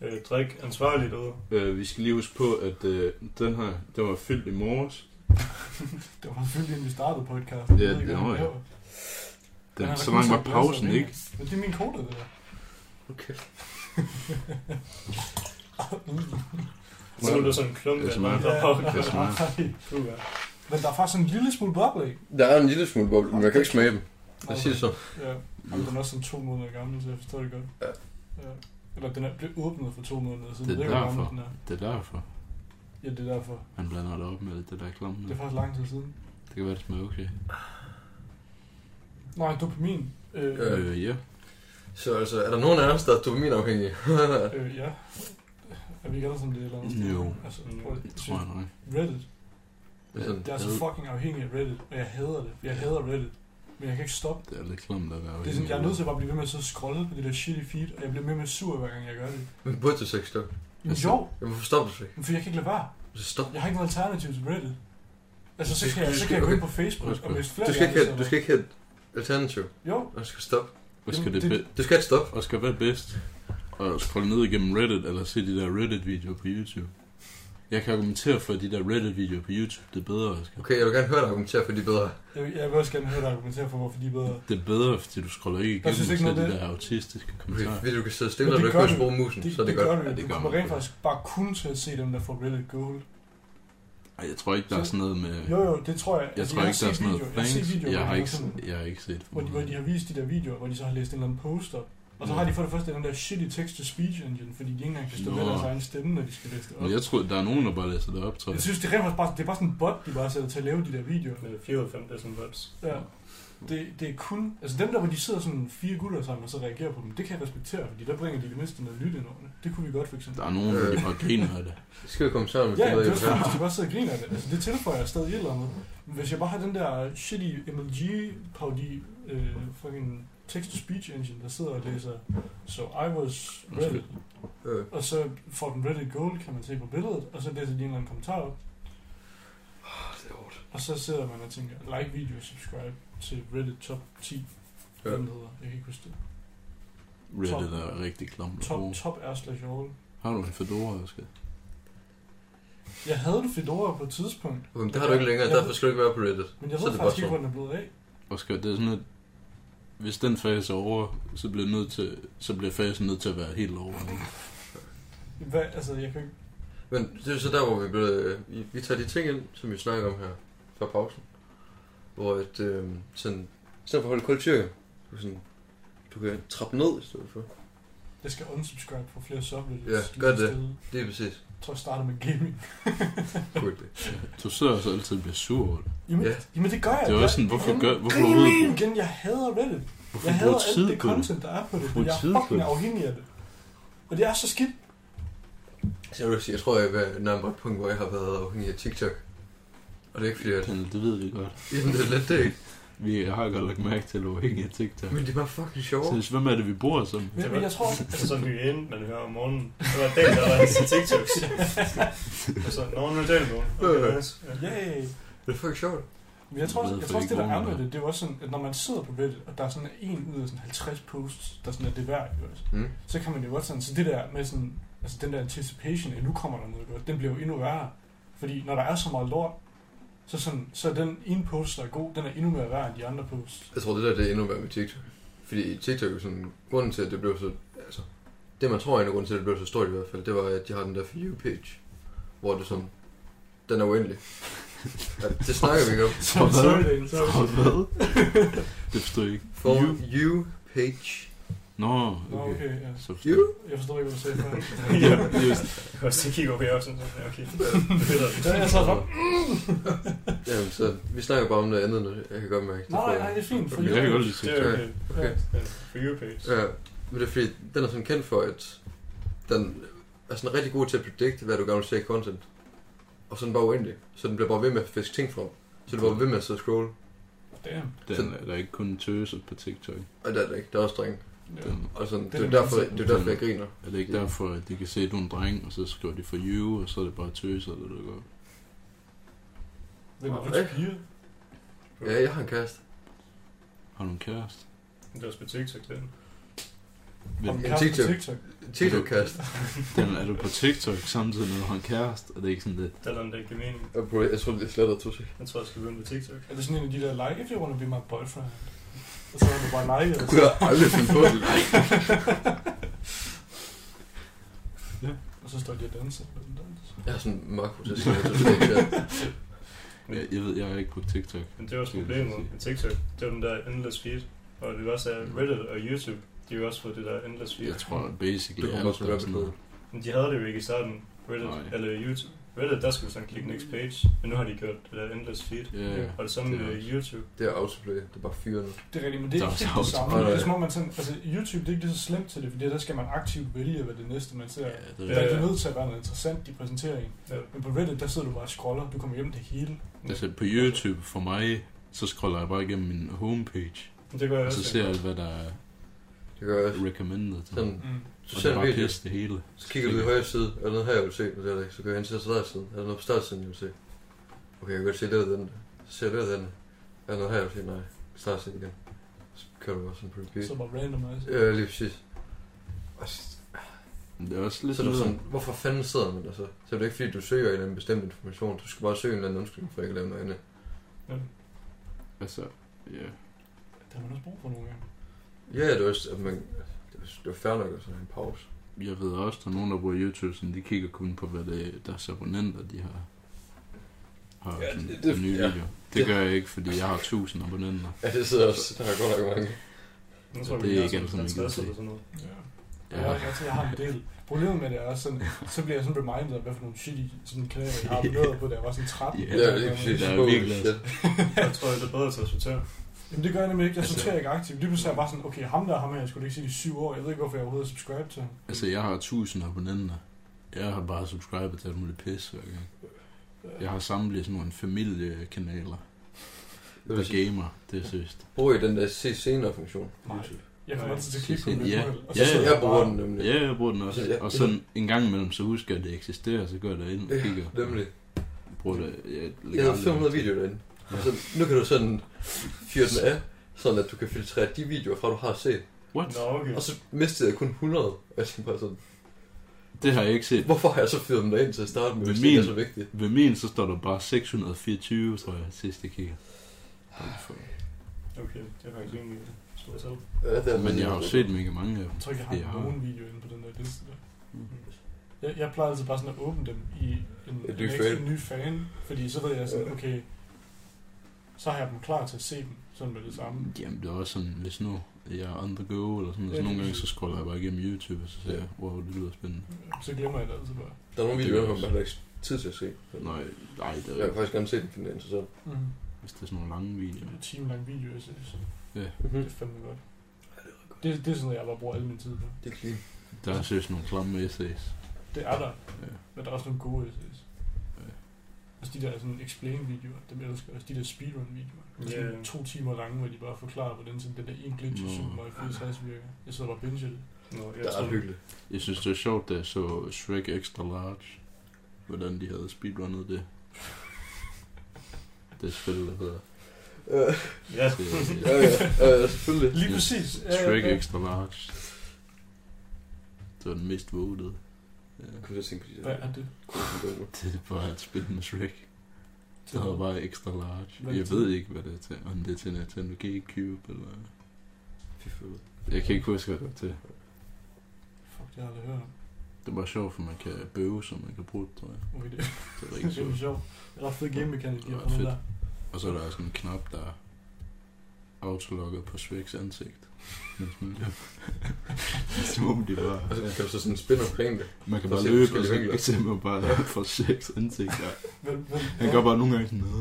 C: Øh, drik ansvarligt ud.
D: Øh, vi skal lige huske på, at øh, den her, den var fyldt i morges.
B: Det var selvfølgelig, inden vi startede podcast.
D: Ja, det var jeg. Den, så lang var pausen, ikke?
B: Men det er min kode, det der. (laughs)
A: Okay.
C: Så er det sådan en klump
D: Det er
C: af
D: smart.
C: mange, der har
D: det er smart.
B: nej. (laughs) Men der er faktisk sådan en lille smule boble, ikke?
A: Der er en lille smule boble, men jeg kan ikke smage dem. Jeg siger det så.
B: Ja. Jamen, den er også sådan to måneder gammel, så jeg forstår det godt.
A: Ja.
B: ja. Eller den er blevet åbnet for to måneder siden.
D: Det er
B: Jeg ved ikke, hvor
D: derfor.
B: gammel den er.
D: Det er derfor,
B: Ja, det er derfor.
D: han blander det op med alt det der klamme.
B: Det
D: der.
B: er faktisk lang tid siden.
D: Det kan være, det smager okay.
B: Nej, dopamin. Øh,
A: Ja.
D: Øh, ja.
A: Så altså, er der nogen af os, der er dopaminafhængige? (laughs)
B: øh, ja. Er vi ikke alle sammen det et eller andet sted?
D: Jo.
B: Altså,
C: Mm,
B: prøv at
D: Det
B: se.
D: tror jeg nok.
B: Reddit.
A: Sådan.
B: Jeg er så fucking afhængig af Reddit, og jeg hader det. Jeg hader Reddit. Men jeg kan ikke stoppe.
D: Det er lidt klamt at være
B: Det er sådan, jeg er nødt til at bare blive ved med at sidde og scrolle på det der shitty feed, og jeg bliver mere med sur, hver gang jeg gør det.
A: Men burde du så ikke stoppe?
B: Men
D: Altså-
B: jo,
A: Jamen, hvorfor stopper du så ikke?
B: men for jeg kan ikke lade være.
A: Så stop.
B: Jeg har ikke noget alternativ til Reddit. Altså, så
A: Det-
B: kan jeg,
A: det
B: så
A: skal-
B: kan jeg gå ind
A: okay.
B: på Facebook og miste flere
A: Du skal ikke
B: gange,
A: have, du skal ikke have et alternativ.
B: Jo,
A: Og du skal stoppe.
D: Hvad skal det,
B: Jamen,
D: be-
A: Du skal have et stop.
D: og skal være bedst? Og scrolle ned igennem Reddit, eller se de der Reddit-videoer på YouTube? Jeg kan argumentere for, at de der Reddit-videoer på YouTube, det er bedre, Oscar.
A: Okay, jeg vil gerne høre dig argumentere for de bedre.
B: jeg, vil- jeg vil også gerne høre dig argumentere for, hvorfor de er bedre.
D: Det er bedre, fordi du scroller ikke
B: Jeg
D: igennem
B: synes
D: til
B: ikke
D: de
B: noget af
D: der autistiske
A: Okay,
D: kommentarer.
A: fordi du kan sidde stille,
B: Men
A: og du
B: det
A: ikke
B: gør
A: kan
B: du.
A: bruge musen,
B: Det,
A: så er det
B: det gør
A: godt.
B: du
D: Ja,
B: jo.
D: det
B: Du
D: gør
B: kommer
D: man.
B: rent faktisk bare kun til at se dem, der får Reddit Gold.
D: Ej, jeg tror ikke, der er sådan noget med...
B: Jo, jo, det tror jeg.
D: Jeg tror ikke, der er sådan noget
B: Jeg har, set
D: flanks.
B: videoer,
D: Jeg
B: hvor
D: har
B: de
D: ikke,
B: sådan-
D: jeg har ikke set for
B: hvor, de, hvor de har vist de der videoer, hvor de så har læst en eller anden post op. Og så har de for det første den der shitty text-to-speech engine, fordi de ikke engang kan stå
D: Nå.
B: med deres egen stemme, når de skal læse det op.
D: Men jeg tror, der er nogen, der bare læser det op, tror
B: Jeg
D: jeg.
B: synes, det er rent faktisk bare, det er bare sådan en bot, de bare sætter til at lave de der videoer.
C: Med 94.000 volts.
B: Ja. Det, det er kun... Altså dem der, hvor de sidder sådan fire gutter sammen og så reagerer på dem, det kan jeg respektere, fordi der bringer de det mindste noget nyt ind over det. Det kunne vi godt for eksempel.
D: Der er nogen, der
A: Øh.
D: bare griner af det.
A: Skal vi komme sammen med
B: Ja, det er
A: bedre
B: også fordi,
A: kommentarer?
B: hvis de bare sidder og griner af det. Altså, det tilføjer stadig et eller andet. Men hvis jeg bare har den der shitty MLG-parodi, øh, fucking text-to-speech engine, der sidder og læser, so I was Reddit,
A: Øh,
B: og så får den Reddit Gold, kan man se på billedet, og så læser de en eller anden kommentar op,
A: det er hårdt.
B: og så sidder man og tænker, like video, subscribe til Reddit top 10,
A: Ja.
B: ja. den hedder, jeg kan ikke huske det.
D: Reddit er rigtig klamt at
B: Top,
D: bruge.
B: top er slash all.
D: Har du en fedora, Oscar?
B: Jeg havde en Fedora på et tidspunkt,
A: Okay, men det har du ikke længere, derfor skal du ikke være på Reddit.
B: men jeg
A: Så er
B: ved
A: det
B: faktisk
A: bare
B: ikke,
A: så.
B: hvor den er blevet af.
D: Oscar, det er sådan, at hvis den fase er over, så bliver, nødt til, så bliver fasen nødt til at være helt over. ikke?
B: Hvad, altså, jeg kan ikke...
A: Men det er så der, hvor vi, blev, øh, vi, vi tager de ting ind, som vi snakker om her fra pausen. Hvor et, øh, sådan, i stedet for at holde kolde tyrker, du, kan sådan, du kan trappe ned i stedet for.
B: Jeg skal unsubscribe for flere subreddits.
A: Ja,
B: lige
A: gør
B: så
A: det.
B: stille.
A: Det er præcis.
B: Jeg tror, jeg starter med gaming.
A: Cool. det.
D: Du sidder også altid og bliver sur over det.
B: (laughs) Jamen,
A: Ja.
B: ja. jamen det gør jeg.
D: Det er
B: jeg,
D: også sådan, hvorfor gør- hvorfor overhovedet
B: Gaming
D: bruge-
B: igen, jeg hader Reddit.
D: Hvorfor
B: Jeg hader
D: bruger
B: alt
D: tid
B: det
D: på det?
B: content, der er på det,
D: Brug
B: men jeg
D: tid
B: er
D: på
B: fucking
D: det.
B: afhængig af det. Og det er så skidt.
A: Så jeg vil sige, jeg tror, jeg er nærmere på et punkt, hvor jeg har været afhængig af TikTok. Og det er (laughs) ikke fordi, at...
D: Pernille, det ved vi godt.
A: Jamen, det er lidt det, ikke?
D: Vi har godt lagt mærke til, at du er afhængig af TikTok.
A: Men det er bare fucking sjovt.
D: Så hvem er det, vi bor som?
B: Men, men jeg tror...
C: Altså sådan en ind, man hører om morgenen. Det var en dag, der var hans TikToks. Og så, nå, nu er det morgen. Okay, nice. Ja.
B: Yay.
A: Det er fucking sjovt.
B: Men jeg tror, også,
D: Hvad
B: jeg
D: for
B: tror også, det der
D: ikoner,
B: er med
D: der?
B: det, det er jo også sådan, at når man sidder på Reddit, og der er sådan en ud af sådan 50 posts, der sådan er det værd, ikke også?
A: Mm.
B: så kan man jo godt sådan, så det der med sådan, altså den der anticipation, at nu kommer der noget godt, den bliver jo endnu værre. Fordi når der er så meget lort, så, sådan, så er den ene post, der er god, den er endnu mere værd end de andre posts.
A: Jeg tror, det der det er endnu værre med TikTok. Fordi TikTok er jo sådan, grunden til, at det blev så... Altså, det man tror er en af grunden til, at det blev så stort i hvert fald, det var, at de har den der for you page, hvor det sådan, den er uendelig. Ja, det snakker vi ikke om.
B: Så er det
D: hvad?
B: sorry, Daniel, så er det
D: Åh, hvad? det forstår jeg ikke.
A: For
D: You.
A: you page.
D: Nå,
B: Nå,
D: okay.
B: okay, ja.
D: Så forstår
A: You?
D: jeg.
B: Jeg forstår ikke, hvad du sagde
A: (laughs)
B: før.
C: ja, just. Jeg kan også lige kigge over her og sådan, ja, okay.
B: Ja, jeg tager frem.
A: Jamen, så vi snakker bare om noget andet nu. Jeg kan godt mærke
B: Nej, nej, det er fint. For
D: Jeg kan godt lide
C: Det er
D: TikTok.
C: okay.
A: Okay.
C: Ja, For you
A: Ja,
C: page.
A: men det er fordi, den er sådan kendt for, at den er sådan rigtig god til at predikte, hvad du gerne vil se i content. Og så er den bare uendelig. Så den bliver bare ved med at fiske ting frem. Så det bare ved med at sidde og scrolle.
B: Damn.
D: Den, er- der er ikke kun tøser på TikTok.
A: Og det er det ikke. Der er også drenge.
B: Ja.
D: Den,
A: Og sådan, det,
B: Det er
A: er jo
B: det
A: derfor,
B: mindste.
A: det er jo derfor, jeg griner.
D: er det ikke
A: Ja.
D: derfor, at de kan se, at du er en dreng, og så skriver de for you, og så er det bare tøser, eller du går.
B: Hvem er
A: Okay.
B: du piger?
A: Ja, jeg har en kæreste.
D: Har du en kæreste?
C: Det er også på TikTok, det.
D: Vil,
B: Om
A: Ja,
B: kæresten på
A: TikTok.
B: TikTok.
A: TikTok-kæreste.
D: den, er du på TikTok samtidig med, at du har en kæreste? Er det ikke sådan lidt?
C: Der er noget, der ikke giver mening.
A: Og bro, jeg tror, det er slettet to sekunder.
C: Jeg tror, jeg skal begynde på TikTok.
B: Er det sådan en af de der like, if you wanna be my boyfriend? Og så har du bare liket.
A: Det kunne jeg aldrig finde på. det.
B: Og så står de og danser. på den dans.
A: Jeg har sådan en makro til at skrive til Snapchat.
D: Jeg, jeg ved, jeg er ikke på TikTok.
C: Men det er også problemet med TikTok. Det er den der endless feed. Og det er også af Reddit og YouTube. De har jo også fået det der endless feed.
D: Mm. Jeg tror, at
A: Det
D: basically
A: kunne
D: alt,
A: godt
D: der
A: være
D: er sådan
A: på.
D: noget.
C: Men de havde det jo ikke i starten. Reddit
D: Nej.
C: eller YouTube. Reddit, der skulle du sådan klikke next page. Men nu har de gjort det der endless feed.
D: Ja, ja.
C: Og det samme
D: Det er
C: med
D: også-
C: YouTube.
A: Det er autoplay. Det er bare fyre nu.
B: Det er rigtigt, men det
D: Der
B: er
D: er
B: ikke helt det
D: også
B: samme.
A: autoplay.
B: Det er som om man sådan, altså YouTube, det er ikke lige så slemt til det, fordi der skal man aktivt vælge, hvad det næste man ser.
D: Ja,
B: er.
D: det
B: Der
D: er
B: er
C: Ja,
B: ikke
C: ja.
B: nødt til at være noget interessant, de præsenterer en.
C: Ja.
B: Men på Reddit, der sidder du bare og scroller, du kommer hjem til hele.
D: Altså på YouTube, for mig, så scroller jeg bare igennem min homepage,
C: Men Det gør jeg
D: og
C: også.
D: altså, så ser jeg alt, hvad der er
A: Det gør jeg også.
D: recommended. til mig.
A: Sådan,
B: Mm.
A: du
D: Og det
A: ser
D: er
A: en
D: bare
A: video,
D: pisse det hele.
A: så kigger du i højre side. Er der noget her, jeg vil se? Det er der ikke. Så går jeg hen til startsiden. Er der noget på startsiden, jeg vil se? Okay, jeg kan godt se, det er den. Så ser jeg, det er den. Er der noget her, jeg vil se? Nej. Startsiden igen. Så kører du bare sådan på repeat.
B: Så bare altså. randomize.
A: Ja, lige præcis. Og så
D: Men Det er også lidt ligesom-
A: Så er du
D: nederen.
A: sådan, hvorfor fanden sidder man der så? Så er det ikke fordi, du søger en eller anden bestemt information. Du skal bare søge en eller anden undskyldning, for ikke at lave noget andet.
C: Ja.
D: Altså, ja.
B: Det har man også brug for nogle gange.
A: Ja, det er også, at man, det er, det er fair nok at sådan have en pause.
D: Jeg ved også, der er nogen, der bruger YouTube, sådan, de kigger kun på, hvad det, deres abonnenter, de har. Har
A: Ja,
D: ja, sådan,
A: det-
D: det,
A: det-
D: nye
A: ja.
D: ja. video. Det gør jeg ikke, fordi jeg har 1000 abonnenter.
A: Ja, det sidder også, der er godt nok mange.
C: Nu tror jeg,
D: Det er
C: vi har
D: ikke
C: sådan
D: alt, som man gider
C: 50
D: se.
C: eller sådan noget.
B: Ja. Ja. Jeg,
D: Ja.
B: jeg, jeg har en del. Problemet med det er også sådan, så bliver jeg sådan reminded af, hvad for nogle shitty sådan klæder,
A: (laughs)
B: jeg har abonneret på, da jeg var sådan 13.
D: Ja,
A: Ja, det er lige præcis.
D: Der er
A: Holy
D: virkelig
A: shit.
C: Jeg tror, det er bedre til at sortere.
B: Jamen det gør jeg nemlig ikke. Jeg
D: Altså-
B: sorterer ikke aktivt. Lige pludselig er jeg bare sådan, okay, ham der, ham her, jeg skulle ikke se i syv år. Jeg ved ikke, hvorfor jeg overhovedet subscribe til ham.
D: Altså, jeg har 1000 abonnenter. Jeg har bare subscribet til alt muligt pis hver gang. Jeg har samlet sådan nogle familiekanaler,
A: Det vil
D: der
A: sige,
D: gamer, det er seriøst.
A: Brug i den der se senere funktion.
B: Nej.
A: YouTube.
B: Jeg kommer
C: Nej.
B: altid til at klikke på
D: Ja.
B: mit
D: Ja.
B: mål, og så
D: Ja,
B: sidder
A: Jeg
B: bare-
A: bruger den nemlig.
D: Ja, jeg bruger den også.
A: Ja.
D: Og sådan en gang imellem, så husker jeg, at det eksisterer, så går jeg derind og kigger.
A: Nemlig.
D: Bruger det. Jeg, lægger
A: Jeg havde
D: aldrig-
A: 500 videoer derinde. Og så, nu kan du sådan fyre den af, sådan at du kan filtrere de videoer fra, du har set.
D: What?
C: Nå, okay.
A: Og så mistede jeg kun 100. Og jeg tænkte bare sådan,
D: Det har jeg ikke set.
A: hvorfor har jeg så fyret dem derind til at starte med, hvis det
D: Min-
A: ikke er så vigtigt?
D: Ved min, så står der bare 624, tror jeg, sidst jeg kigger. Hold for.
C: Okay, det er faktisk rimelig stort tal.
A: Ja, det er
D: Men jeg har jo
A: virkelig-
D: set mega mange af dem.
B: Jeg tror ikke, jeg
D: Ja.
B: har nogen video inde på den der liste der.
D: Mm.
B: Jeg, jeg plejer altid bare sådan at åbne dem i en,
A: Et
B: en,
A: nyt
B: ekstra,
A: fan.
B: ny fan, fordi så ved jeg sådan,
A: Ja.
B: okay, så har jeg dem klar til at se dem, sådan med det samme.
D: Jamen, det er også sådan, hvis nu jeg er on the go, eller sådan,
B: Ja,
D: så nogle
B: det-
D: gange, så scroller jeg bare igennem YouTube, og så ser jeg, wow, det lyder spændende.
B: Så glemmer jeg det altid bare.
A: Der er nogle
D: Det
A: videoer,
D: er
A: der har
D: også-
A: man ikke tid til at se.
D: Nej, nej, det
A: Jeg
D: er
A: vil
D: jo,
A: faktisk gerne se den, fordi den er interessant.
B: Mm.
D: hvis det er sådan nogle lange
B: Det er
D: videoer.
B: en time lang video, jeg ser,
D: Mm.
B: så det er
A: Mm-hmm.
B: fandme godt. Det, det er sådan noget, jeg bare bruger al min tid på.
A: Det er clean.
D: Der er seriøst nogle klamme essays.
B: Det er der,
D: Ja.
B: men der er også nogle gode essays.
D: Ja.
B: Også de der sådan explain-videoer, dem elsker jeg. Også de der speedrun-videoer.
C: Ja.
B: Yeah. Sådan to timer lange, hvor de bare forklarer, hvordan sådan den der en glitch i
D: Nå.
B: Super Mario 64 virker. Jeg sidder bare og binger det.
C: Nå, jeg
A: Det er
C: tror,
A: ret hyggeligt.
D: Jeg synes, det er sjovt, da jeg så Shrek Extra Large, hvordan de havde speedrunnet det. Det spil, der hedder
A: Ja,
C: Ja,
D: Til,
A: ja,
D: øh,
A: ja, ja, selvfølgelig.
B: Lige
D: Ja.
B: præcis.
D: Shrek Extra Large. Det var den mest vågede. Ja.
A: Jeg kunne til at tænke på de der.
B: Hvad er det?
D: Det er bare at spille med Shrek. Det hedder bare Extra Large.
B: Hvad er
D: Jeg
B: det
D: ved
B: til?
D: ikke, hvad det er til. Om det er til Nintendo GameCube eller...
A: Fy fede.
D: Jeg kan ikke huske, hvad det var til.
B: Fuck, det har jeg aldrig hørt om.
D: Det er bare sjovt, for man kan bøve, så man kan bruge det, tror jeg.
B: Okay, det
D: Det er
B: (laughs) det
D: rigtig
B: er
D: sjovt.
B: sjovt. sjovt. Det er ret fed game mechanic, de
D: Det
B: har
D: var
B: fundet
D: fedt.
B: der.
D: Og så er der også en knap, der er autologget på Shreks ansigt. Mens man løber. Som om de bare...
A: Og så kan du så sådan spille og plane det.
D: Man kan
A: Der
D: bare
A: ser
D: løbe, og
A: forskellige
D: så
A: vinkler.
D: kan simpelthen bare få Shreks ansigt. Ja.
B: Men, men,
D: Han gør bare nogle gange sådan...
B: men,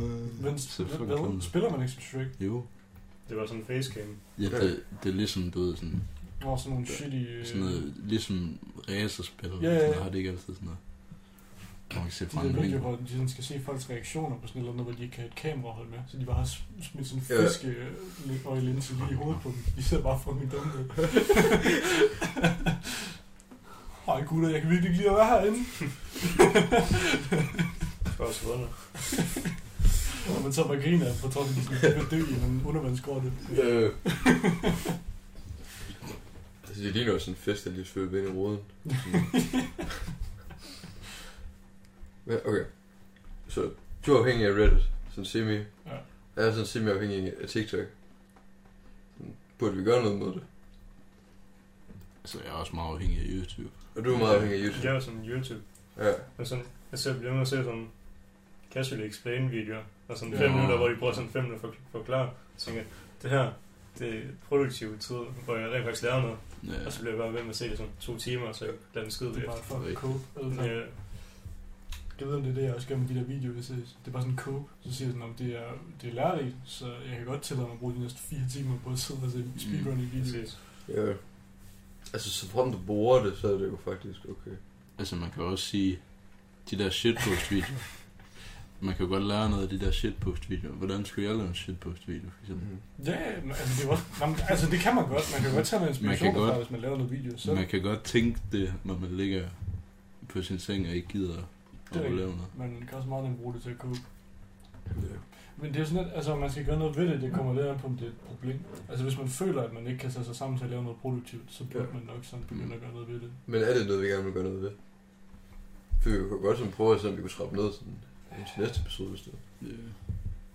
D: "Åh." Så
B: men,
D: fucking
B: hvad,
D: klam.
B: spiller man ikke som Shrek?
D: Jo.
C: det var sådan en facecam.
D: Ja, det, det er ligesom, du ved, sådan,
B: Nå, sådan nogle shitty... øh,
D: sådan noget, ligesom racerspil,
B: Ja, ja,
D: sådan
B: ja.
D: har det ikke altid sådan noget. Hvor Man kan se
B: De
D: fra
B: der
D: en
B: videoer, hvor
D: vinkel.
B: de sådan skal se folks reaktioner på sådan noget, noget, hvor de ikke kan have et kamera at holde med. Så de bare har sm- smidt sådan en
A: Ja.
B: fiske øh, og linse lige i hovedet på dem. De sidder bare fucking dumme.
C: (laughs)
B: ud. Ej gutter, jeg kan virkelig ikke lide at være herinde.
C: Og så under.
B: Og man så bare griner, for trods at de sådan er ved at dø i en undervandsgrotte.
A: Øh. (laughs) altså, det ligner jo sådan en fest, der lige svøber ind i roden. Men okay. Så du er afhængig af Reddit, sådan semi. Ja.
B: Ja.
A: Jeg er sådan semi afhængig af TikTok. Burde vi gøre noget mod det?
D: Så jeg er også meget afhængig af YouTube.
A: Og du er meget afhængig af YouTube.
C: Jeg var sådan YouTube.
A: Ja.
C: Og sådan, altså, jeg ser bliver med at se sådan casually explain videoer. Og sådan
B: Ja.
C: 5 minutter, hvor de bruger sådan 5 minutter for at forklare. Så tænker jeg, det her, det er produktiv tid, hvor jeg rent faktisk lærer noget.
D: Ja.
C: Og
B: Altså-
C: så bliver jeg bare ved med at se det sådan to timer, og så lader den skide
B: Det er
C: væk.
B: bare et fucking cope. Altså,
C: Ja,
B: Jeg ved, om det er det, jeg også gør med de der videoer, det, ses. det er bare sådan en cope. Så siger jeg sådan, om det er, det er lærerigt, så jeg kan godt tillade mig at bruge de næste fire timer på at sidde og se speedrun i videoer.
C: Mm. præcis.
A: Ja. Altså, så frem du bruger det, så er det jo faktisk okay.
D: Altså man kan også sige, de der shitpost-videoer. Man kan jo godt lære noget af de der shitpost-videoer. Hvordan skulle jeg lave en shitpost-video, for eksempel?
A: Mm.
B: Ja, men altså det, er også, Nå, men altså det kan man godt. Man kan godt tage noget inspiration
D: Man kan godt.
B: fra, hvis man laver noget video selv.
D: Man kan godt tænke det, når man ligger på sin seng og ikke gider
B: Det er
D: at lave
B: rigtigt.
D: noget.
B: Man kan også meget nemt bruge det til at cope.
A: Ja.
B: Men det er jo sådan lidt, altså om man skal gøre noget ved det, det kommer lidt an på, om det er et problem. Altså hvis man føler, at man ikke kan tage sig sammen til at lave noget produktivt, så burde
A: Ja. Mm.
B: man nok sådan begynde at gøre noget ved det.
A: Men er det noget, vi gerne vil gøre noget ved? For vi kunne godt sådan prøve at se, om vi kunne trappe ned sådan, til næste episode, hvis det
D: Ja.
A: var.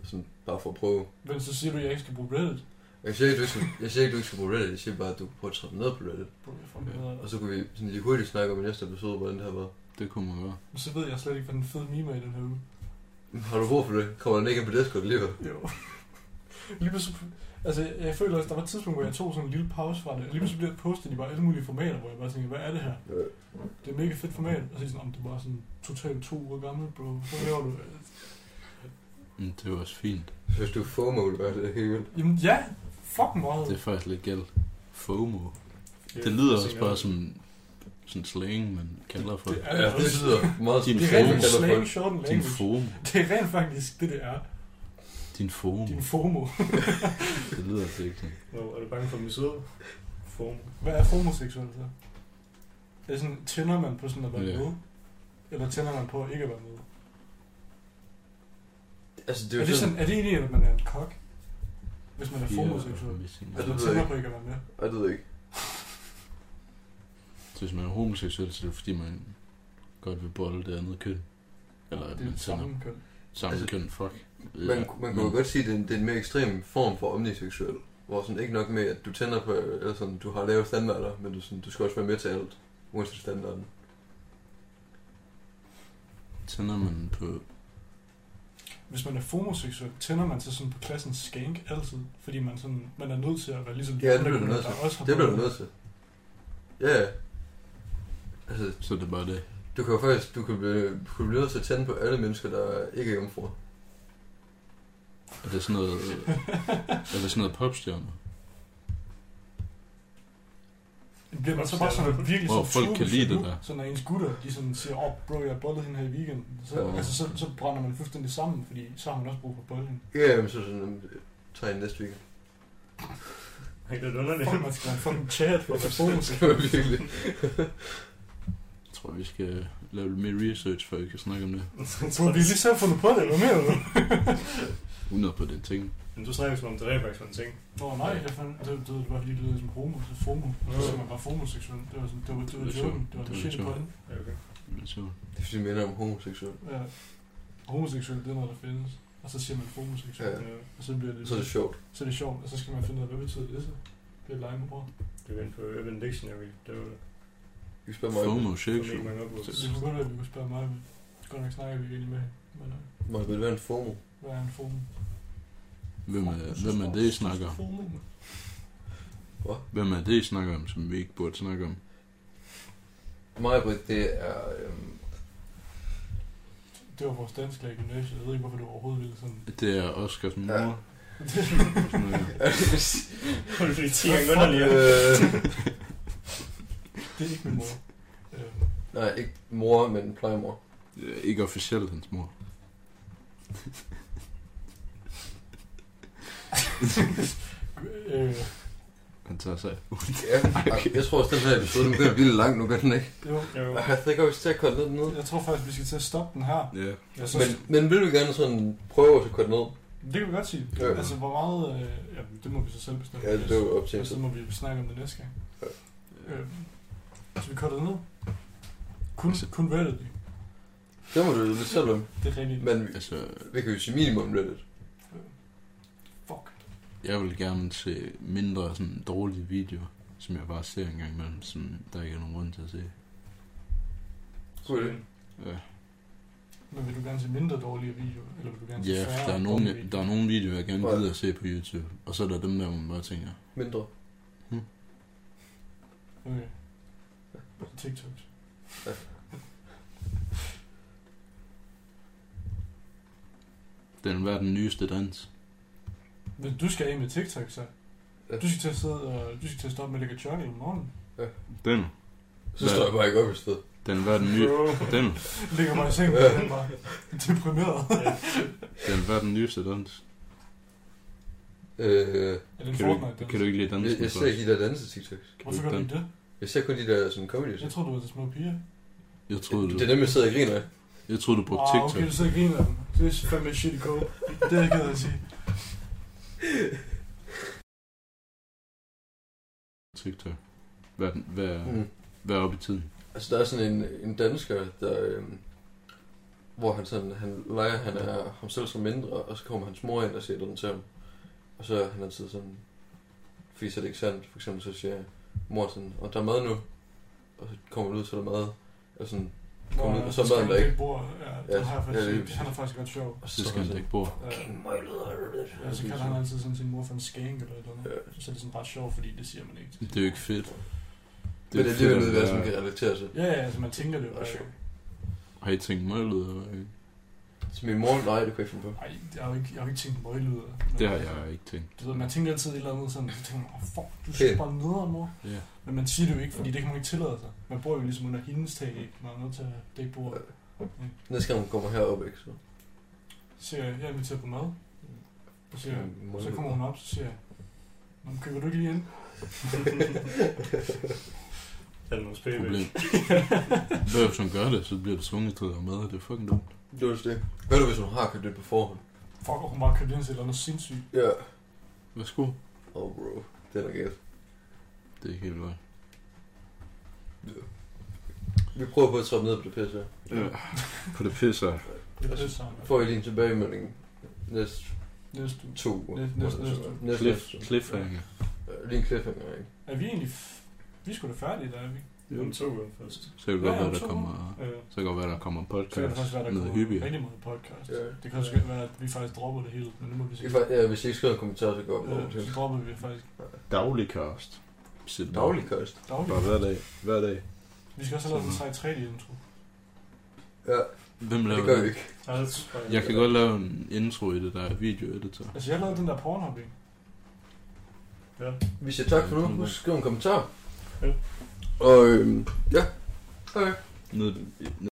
A: sådan, bare for at prøve.
B: Men så siger du, at jeg ikke skal bruge Reddit.
A: Jeg siger ikke, du ikke skal, jeg siger ikke, du ikke skal bruge Reddit, jeg siger bare, at du kan prøve at trappe ned på Reddit.
B: Bro, jeg får noget af det.
A: Og så kunne vi sådan lige hurtigt snakke om i næste episode, hvordan det her var.
D: Det kunne man godt.
B: Men så ved jeg slet ikke, hvad den fede meme er i den her uge.
A: Har du brug for det? Kommer den ikke ind på Discord alligevel?
B: Jo. (laughs) Lige pludselig, altså jeg føler også, der var et tidspunkt, hvor jeg tog sådan en lille pause fra det. Lige pludselig blev det postet i bare alle mulige formater, hvor jeg bare tænkte, hvad er det her?
A: Ja.
B: Det er mega fedt format. Og så er de sådan, om det er bare sådan totalt to uger gammel, bro. Hvad laver du?
D: Men det er jo også fint.
A: Hvis du FOMO ville være det helt vildt.
B: Jamen ja, fuck meget.
D: Det er faktisk lidt galt. FOMO. Det lyder også bare som sådan slang, man kalder for
B: Det
D: det.
B: er
A: Ja, det lyder meget
D: Din
B: det er
D: FOMO.
B: rent faktisk slang, short and
D: Din
B: language.
D: FOMO.
B: Det er rent faktisk det, det er.
D: Din FOMO.
B: Din FOMO.
D: Det lyder altså ikke sådan.
C: Nå, er du bange for misode? Form. (laughs)
B: Hvad er FOMO-seksuel så? Det er sådan, tænder man på sådan at være
D: Ja.
B: med? Eller tænder man på ikke at være med?
A: Altså, det
B: Det
A: er
B: er,
A: jo
B: det
A: sådan...
B: sådan, er det egentlig, at man er en kok? Hvis man er homoseksuel?
D: Fire missing.
A: Ja,
B: Hvis
A: det
B: Altså, man
A: ved
B: tænder
A: jeg
B: på ikke at være med?
A: Ej, det ved jeg ikke.
D: Så hvis man er homoseksuel, så er det fordi, man godt vil bolle det andet køn. Eller at
B: det er
D: man
B: det
D: sender
B: samme køn.
D: samme
A: Altså,
D: køn, fuck.
A: Man, man kunne jo godt sige, at det er en, det er en mere ekstrem form for omniseksuel. Hvor sådan ikke nok med, at du tænder på, eller sådan, du har lavet standarder, men du, sådan, du skal også være med til alt, uanset standarden.
D: Tænder man på...
B: Hvis man er homoseksuel, tænder man så sådan på klassens skank altid? Fordi man, sådan, man er nødt til at være ligesom
A: Ja, det bliver du
B: køn,
A: nødt
B: der
A: til.
B: også har
A: Det bliver du
B: børn.
A: nødt til. Ja, ja. Altså,
D: Så er det bare det.
A: du kan jo faktisk, du kan blive, du kan blive nødt til at tænde på alle mennesker, der ikke er jomfruer.
D: Er det sådan noget... øh, er det sådan noget popstjerner?
B: Bliver man så bare sådan virkelig
D: Hvor
B: sådan
D: folk kan lide det
B: nu,
D: der.
B: Så når ens gutter, de sådan siger, åh oh, bro, jeg har bollet hende her i weekenden, så,
D: Ja.
B: altså, så, så brænder man fuldstændig sammen, fordi så har man også brug for bolden.
A: Ja, men så sådan, øhm, tager jeg næste weekend. (laughs)
C: Er det lidt underligt?
B: Fuck, man skal være en fucking chat for at være homoseksuel.
A: Det var virkelig.
D: Jeg tror, vi skal lave lidt mere research, før vi kan snakke om det.
B: Så vi lige selv fundet på det, hvad mener du?
D: 100 på det ting.
C: Men du snakker som om, det rent faktisk var en ting.
B: Nå nej, jeg fandt, det, det, det var fordi, det lød som homo, så fomo.
C: Ja.
B: Så man var homoseksuel. Det var, sådan, det var, det var
D: Det er
B: joken.
D: sjovt.
B: Det var
D: Det
B: det
D: er
B: shit
D: sjovt.
B: på den.
C: Ja, Okay.
D: Men så-
A: Det er fordi, minder om homoseksuel.
B: Ja. Homoseksuel, det er noget, der findes. Og så siger man homoseksuel.
A: Ja.
B: Ja. Og så bliver det,
A: Så er det sjovt.
B: så er det sjovt, og så skal man finde ud af, hvad betyder det så? Det er lege med bror.
C: Du var inde på Urban Dictionary. Det var
A: Vi spørger mig,
D: FOMO
C: formentlig
D: sexual.
C: mange oplevelser.
B: Det kunne godt være, at vi kunne spørge mig, men godt nok snakker vi ikke lige med hende. Men øh,
A: må det være en fomo?
B: hvad er en fomo?
D: Hvem er, øh, hvem er det, I snakker om? Hvem er det, I snakker om, som vi ikke burde snakke om?
A: Mig, Britt, det er... Øhm,
B: Det var vores dansklærer i gymnasiet. Jeg ved ikke, hvorfor du overhovedet ville sådan.
D: Det er Oscars mor.
A: Ja.
D: Ja.
C: Hold du i 10 gange underlig.
A: øh,
B: Det er ikke min mor. Øh,
A: nej, ikke mor, men (laughs) plejemor.
D: ikke officielt hans mor.
B: øh,
D: Han tager sig.
A: Ja, okay. jeg tror også, den her episode, nu bliver lidt lang, nu gør den ikke.
B: det var,
C: Jo.
A: Jeg tænker, vi skal til at korte lidt ned.
B: jeg tror faktisk, vi skal til at stoppe den her.
D: Ja.
B: Jeg
A: Men,
B: synes,
A: men vil du gerne sådan prøve at korte ned?
B: men, det kan vi godt sige.
A: Ja.
B: Altså, hvor meget... Øh, ja, det må vi så selv bestemme.
A: Ja, det er jo op til
B: Og
A: en
B: så
A: tid.
B: må vi snakke om det næste gang. Øh, så vi kortet ned. Kun,
D: Altså-
B: kun Reddit.
A: Det må du jo lidt selv om.
B: Det er rigtigt.
A: Men vi,
D: Altså,
A: vi kan jo sige minimum Reddit.
B: Fuck.
D: jeg vil gerne se mindre sådan dårlige videoer, som jeg bare ser en gang imellem, som der ikke er nogen grund til at se.
C: (laughs)
A: Kunne det?
D: Ja,
B: Men vil du gerne se mindre dårlige videoer? Eller vil du gerne se
D: ja
B: færre
D: for der er, nogle,
B: dårlige
D: der er nogle videoer, jeg gerne
A: Ja.
D: gider at se på YouTube, og så er der dem der, hvor man bare tænker,
A: Mindre.
B: Okay. TikToks.
D: den var den nyeste dans.
B: Men du skal af med TikTok, så.
A: Ja.
B: Du skal til at sidde og... Du skal til at stoppe med at lægge chok i
A: (laughs)
B: morgen.
D: Den,
A: Så står jeg bare ikke op i sted.
D: den var den nye, den,
B: Ligger mig i sengen, og er bare deprimeret.
D: den var den nyeste dans.
A: Øh,
B: Er det en
D: Kan du,
B: Fortnite?
D: ikke- kan du ikke
A: jeg,
D: lide dansen?
A: jeg ser ikke de der danse TikToks.
D: Kan du
B: Hvorfor
D: ikke
B: gør du
D: den?
B: ikke det?
A: Jeg ser kun de der sådan comedy.
B: Jeg tror, du var til små piger.
D: Jeg troede,
A: Det
D: du,
A: er dem, jeg sidder og griner af.
D: jeg troede, du brugte
B: Ah,
D: TikTok.
B: okay, du sidder og griner af dem. Det er fandme shit i go. Det er jeg ked af at sige.
D: TikTok. Hvad, er den- hvad, er-
A: Mm.
D: hvad er oppe i tiden?
A: Altså, der er sådan en, en dansker, der... Øhm, hvor han sådan, han leger, han er ham selv som mindre, og så kommer hans mor ind og siger den til ham. Og så er han altid sådan, fordi så er det ikke sandt. For eksempel så siger mor sådan, og der er mad nu. Og så kommer det ud, så er der mad. Og sådan, Kom ud, og så maden der ikke.
B: Bor, ja,
A: Ja,
B: den har jeg
A: ja, det er
B: faktisk,
A: præcis.
B: han er faktisk ret sjov.
A: og
D: Så skal han
A: sådan,
D: ikke bo.
B: Ja.
A: fucking altså. møgluder.
B: Ja, så kalder han altid sådan sin mor for en skænk eller et eller andet.
A: Ja.
B: Så er det sådan ret sjovt, fordi det siger man ikke.
D: Det er jo ikke fedt.
A: Men det er alligevel noget, hvad
D: som
A: man kan relatere til.
B: Ja, ja, altså man tænker det jo
A: Ja.
B: bare sjovt.
D: Har I tænkt mig eller
A: Så min mor, nej, det kunne jeg ikke finde på.
B: Ej, jeg har jo ikke, jeg har jo ikke tænkt møglyder. Men altså,
D: Det har jeg ikke tænkt.
B: Du ved, man tænker altid et eller andet sådan, så tænker man, oh, fuck, du
A: Fedt.
B: synes bare nederen, mor.
D: Ja.
B: Men man siger det jo ikke, fordi det kan man ikke tillade sig. Man bor jo ligesom under hendes tag, ikke? Man er nødt til at dække bordet.
A: Næste gang hun kommer herop, ikke? Så,
B: Så siger jeg, jeg inviterer på mad. Så, siger jeg, så kommer hun op, så siger jeg, "Nå, men køber du ikke lige ind?
C: Er der nogle spil?
B: (laughs)
D: Problem. Hvad hvis hun gør det, så bliver du tvunget til at lave mad, og det er fucking dumt.
A: Det var det. Hvad du, hvis hun har købt det på forhånd?
B: Fuck, og hun bare købte ind til et eller andet sindssygt.
A: Ja.
D: Værsgo.
A: Oh, bro. Det er nok galt.
D: Det er ikke helt godt.
A: Vi prøver på at trappe ned på det pisse.
D: Ja. På det pisser.
B: Det er det samme.
A: Altså, Får I lige en tilbagemelding næste
B: Næste uge.
A: to uger?
B: Næste- næste- næste uge.
A: næste,
D: Cliff,
A: næste.
D: cliffhanger.
A: Øh, Lige en cliffhanger, ikke?
B: Er vi egentlig... F- vi skulle da færdige, der er vi.
C: Om to uger først.
D: Så kan det
B: Ja,
D: godt være,
B: om
D: der
B: to
D: kommer,
C: Ja.
D: så kan det godt være, der kommer en
B: Så kan det
D: podcast
B: faktisk være, der
D: noget
B: kommer
D: hyppigere.
B: rigtig meget podcast.
A: Ja.
B: Det kan også godt være, at vi faktisk dropper det hele, men nu må vi se.
A: I fa- Ja, hvis I ikke skriver en kommentar, så går vi over
B: Øh,
A: til
B: så dropper vi faktisk
D: Dagligcast.
A: dagligkost.
D: Bare
B: dagligt.
D: hver dag. Hver dag.
B: Vi skal også have lavet en 3 d intro.
A: Ja,
D: Hvem laver
A: det
D: det?
A: gør vi ikke.
C: Altså,
D: Jeg kan godt lave en intro i det der videoeditor.
B: Altså, jeg lavede den der pornhub, ikke?
A: Vi siger tak for nu. Husk at skrive en kommentar.
C: Ja.
A: Og øhm, ja. Okay.
D: Ned,